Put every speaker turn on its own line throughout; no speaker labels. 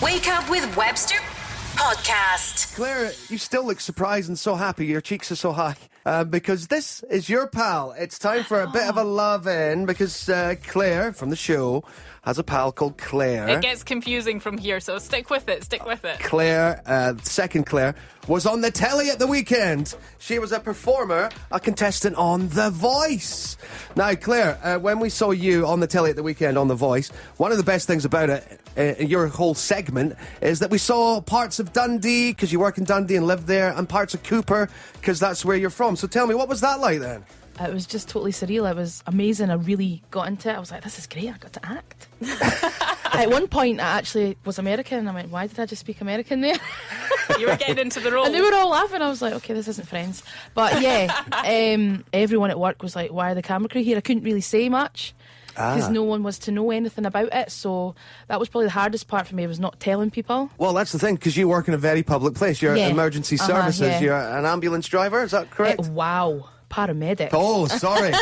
Wake up with Webster Podcast.
Claire, you still look surprised and so happy. Your cheeks are so high. Uh, because this is your pal. It's time for a bit of a love in because uh, Claire from the show has a pal called Claire.
It gets confusing from here, so stick with it. Stick with it.
Claire, uh, second Claire, was on the telly at the weekend. She was a performer, a contestant on The Voice. Now, Claire, uh, when we saw you on the telly at the weekend on The Voice, one of the best things about it, uh, your whole segment, is that we saw parts of Dundee, because you work in Dundee and live there, and parts of Cooper, because that's where you're from. So tell me, what was that like then?
It was just totally surreal. It was amazing. I really got into it. I was like, this is great. I got to act. At one point, I actually was American. I went, why did I just speak American there?
You were getting into the role.
and they were all laughing. I was like, okay, this isn't friends. But yeah, um, everyone at work was like, why are the camera crew here? I couldn't really say much because no one was to know anything about it. So that was probably the hardest part for me was not telling people.
Well, that's the thing, because you work in a very public place. You're
Yeah.
emergency
Uh-huh,
services,
yeah.
you're an ambulance driver, is that
Eh,
correct?
wow, paramedic.
Oh, sorry.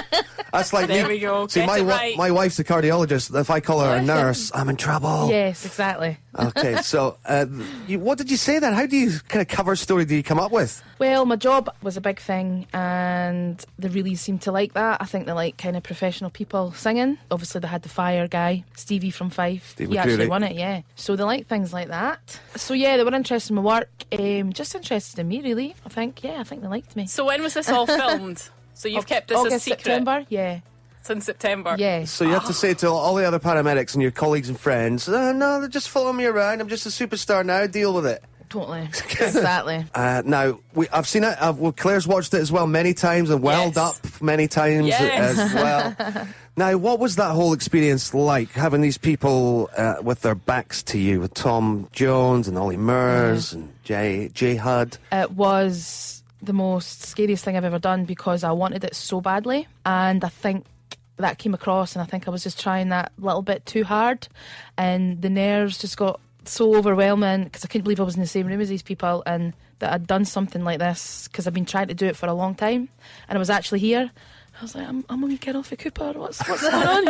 That's like
There
me.
we go.
See,
Get
my
it
wi-
right.
my wife's a cardiologist. If I call her a nurse, I'm in trouble.
Yes, exactly.
Okay, so uh, you, what did you say then? How do you kind of cover story? Do you come up with?
Well, my job was a big thing, and they really seemed to like that. I think they like kind of professional people singing. Obviously, they had the fire guy, Stevie from Fife.
Steve
he actually
McCreary.
won it, yeah. So they like things like that. So yeah, they were interested in my work, um, just interested in me, really. I think, yeah, I think they liked me.
So when was this all filmed? So you've kept this a
August,
secret
September, yeah,
since September.
yeah.
So you have to say to all the other paramedics and your colleagues and friends, oh, "No, they're just following me around. I'm just a superstar now. Deal with it."
Totally, exactly.
Uh, now we, I've seen it. I've, well, Claire's watched it as well many times and welled
Yes.
up many times
Yes.
as well. now, what was that whole experience like having these people uh, with their backs to you, with Tom Jones and Ollie Murs and Jay Jay Hud?
It was the most scariest thing I've ever done because I wanted it so badly. And I think that came across, and I think I was just trying that little bit too hard. And the nerves just got so overwhelming because I couldn't believe I was in the same room as these people and that I'd done something like this because I've been trying to do it for a long time. And I was actually here. I was like, I'm, I'm a wee kid off at Cooper. What's, what's going on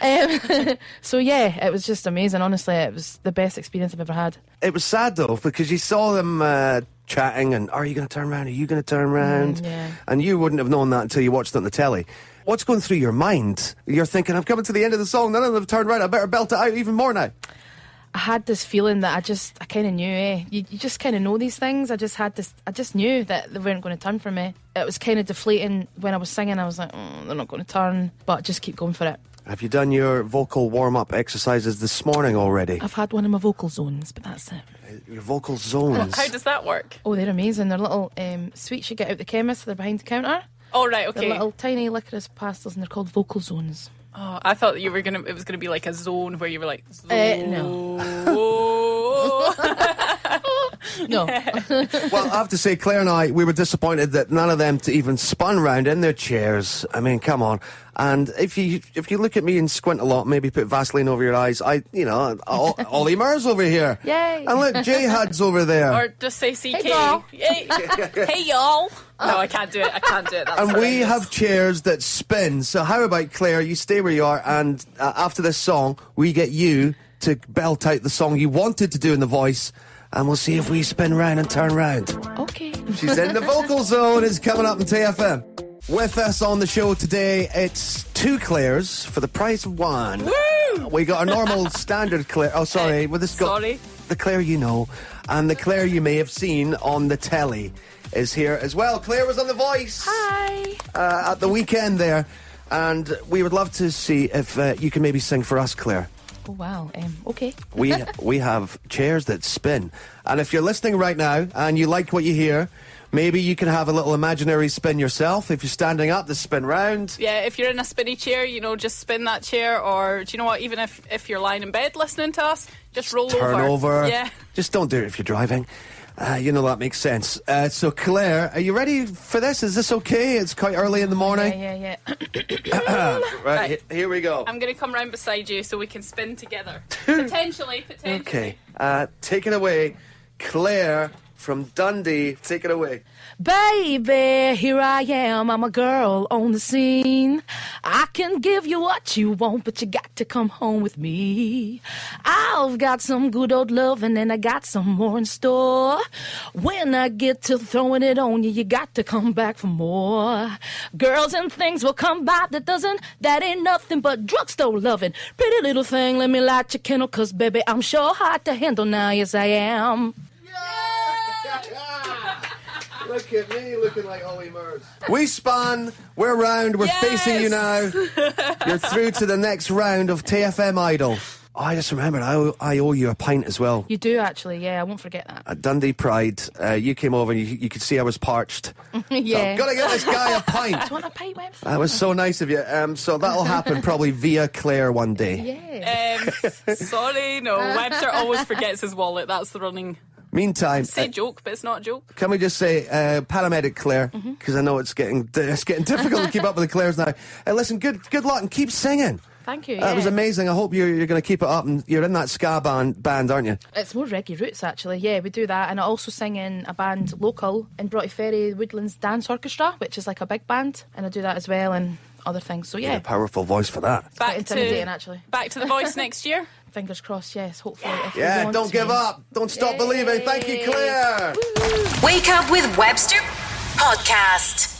here? um, so, yeah, it was just amazing. Honestly, it was the best experience I've ever had.
It was sad though because you saw them uh, chatting and are you going to turn around? Are you going to
Mm,
turn around?
yeah.
And you wouldn't have known that until you watched it on the telly. What's going through your mind? You're thinking, I'm coming to the end of the song. None of them have turned around. I better belt it out even more now.
I had this feeling that I just, I kind of knew, eh? You, you just kind of know these things. I just had this, I just knew that they weren't going to turn for me. It was kind of deflating when I was singing. I was like, mm, they're not going to turn, but just keep going for it.
Have you done your vocal warm up exercises this morning already?
I've had one of my vocal zones, but that's it.
Your vocal zones.
How does that work?
Oh, they're amazing. They're little um, sweets you get out the chemist. They're behind the counter.
All right.
They're
Okay.
little tiny licorice pastels, and they're called vocal zones.
Oh, I thought that you were gonna. It was gonna be like a zone where you were like. Zone.
Eh, No,
well, I have to say, Claire and I, we were disappointed that none of them to even spun round in their chairs. I mean, come on. And if you if you look at me and squint a lot, maybe put Vaseline over your eyes. I, you know, O- Ollie Murs over here.
Yay.
And look, J Hud's over there.
or just say CK.
Hey, y'all.
Hey, hey, y'all. No, I can't do it. I can't do it. That's
and we
horrendous.
have chairs that spin. So how about Claire? You stay where you are, and uh, after this song, we get you to belt out the song you wanted to do in the voice, and we'll see if we spin round and turn round.
okay.
She's in the vocal zone. It's coming up on TFM. With us on the show today, it's two Claires for the price of one. Woo! We got a normal standard Claire. Oh, sorry. Well, this got
Sorry.
the Claire you know, and the Claire you may have seen on the telly is here as well. Claire was on The Voice
Hi.
uh, at the weekend there, and we would love to see if uh, you can maybe sing for us, Claire.
Oh wow. Um, okay.
We we have chairs that spin. And if you're listening right now and you like what you hear, maybe you can have a little imaginary spin yourself. If you're standing up, just spin round.
Yeah, if you're in a spinny chair, you know, just spin that chair. Or do you know what? Even if if you're lying in bed listening to us, just roll
Turn
over.
over.
Yeah.
Just don't do it if you're driving. Uh, you know that makes sense. Uh, so Claire, are you ready for this? Is this okay? It's quite early in the morning.
Yeah, yeah, yeah.
Right, he- here we go.
I'm going to come round beside you so we can spin together. potentially, potentially.
Okay, uh, take it away, Claire. from Dundee. Take it away.
Baby, here I am. I'm a girl on the scene. I can give you what you want, but you got to come home with me. I've got some good old love, and then I got some more in store. When I get to throwing it on you, you got to come back for more. Girls and things will come by that doesn't, that ain't nothing but drugstore loving. Pretty little thing, let me light your kennel, cause baby, I'm sure hard to handle now. Yes, I am.
Look at me looking like Ollie Murs. We spun, we're round, we're
Yes.
facing you now. You're through to the next round of TFM Idol. Oh, I just remembered, I owe, I owe you a pint as well.
You do actually, yeah, I won't forget that.
At Dundee Pride, uh, you came over and you, you could see I was parched.
yeah.
Gotta get this guy a pint.
Do you want to pay Webster?
That was so nice of you. Um, so that'll happen probably via Claire one day.
Yeah.
Um, sorry, no. Webster always forgets his wallet. That's the running.
Meantime,
Say
uh,
joke, but it's not a joke.
Can we just say, uh, paramedic Claire,
Mm-hmm.
because I know it's getting it's getting difficult to keep up with the Claires now. Uh, listen, good good luck and keep singing.
Thank you.
That was
yeah.
amazing. I hope you're, you're going to keep it up, and you're in that ska band, band aren't you?
It's more reggae roots, actually. Yeah, we do that. And I also sing in a band local in Broughty Ferry Woodlands Dance Orchestra, which is like a big band. And I do that as well and other things. So, yeah,
powerful voice for that.
quite intimidating, actually.
Back to the voice next year.
fingers crossed, yes, hopefully. if we
Yeah,
want
don't
to.
give up. Don't stop believing. Thank you, Claire.
Wake up with Webster Podcast.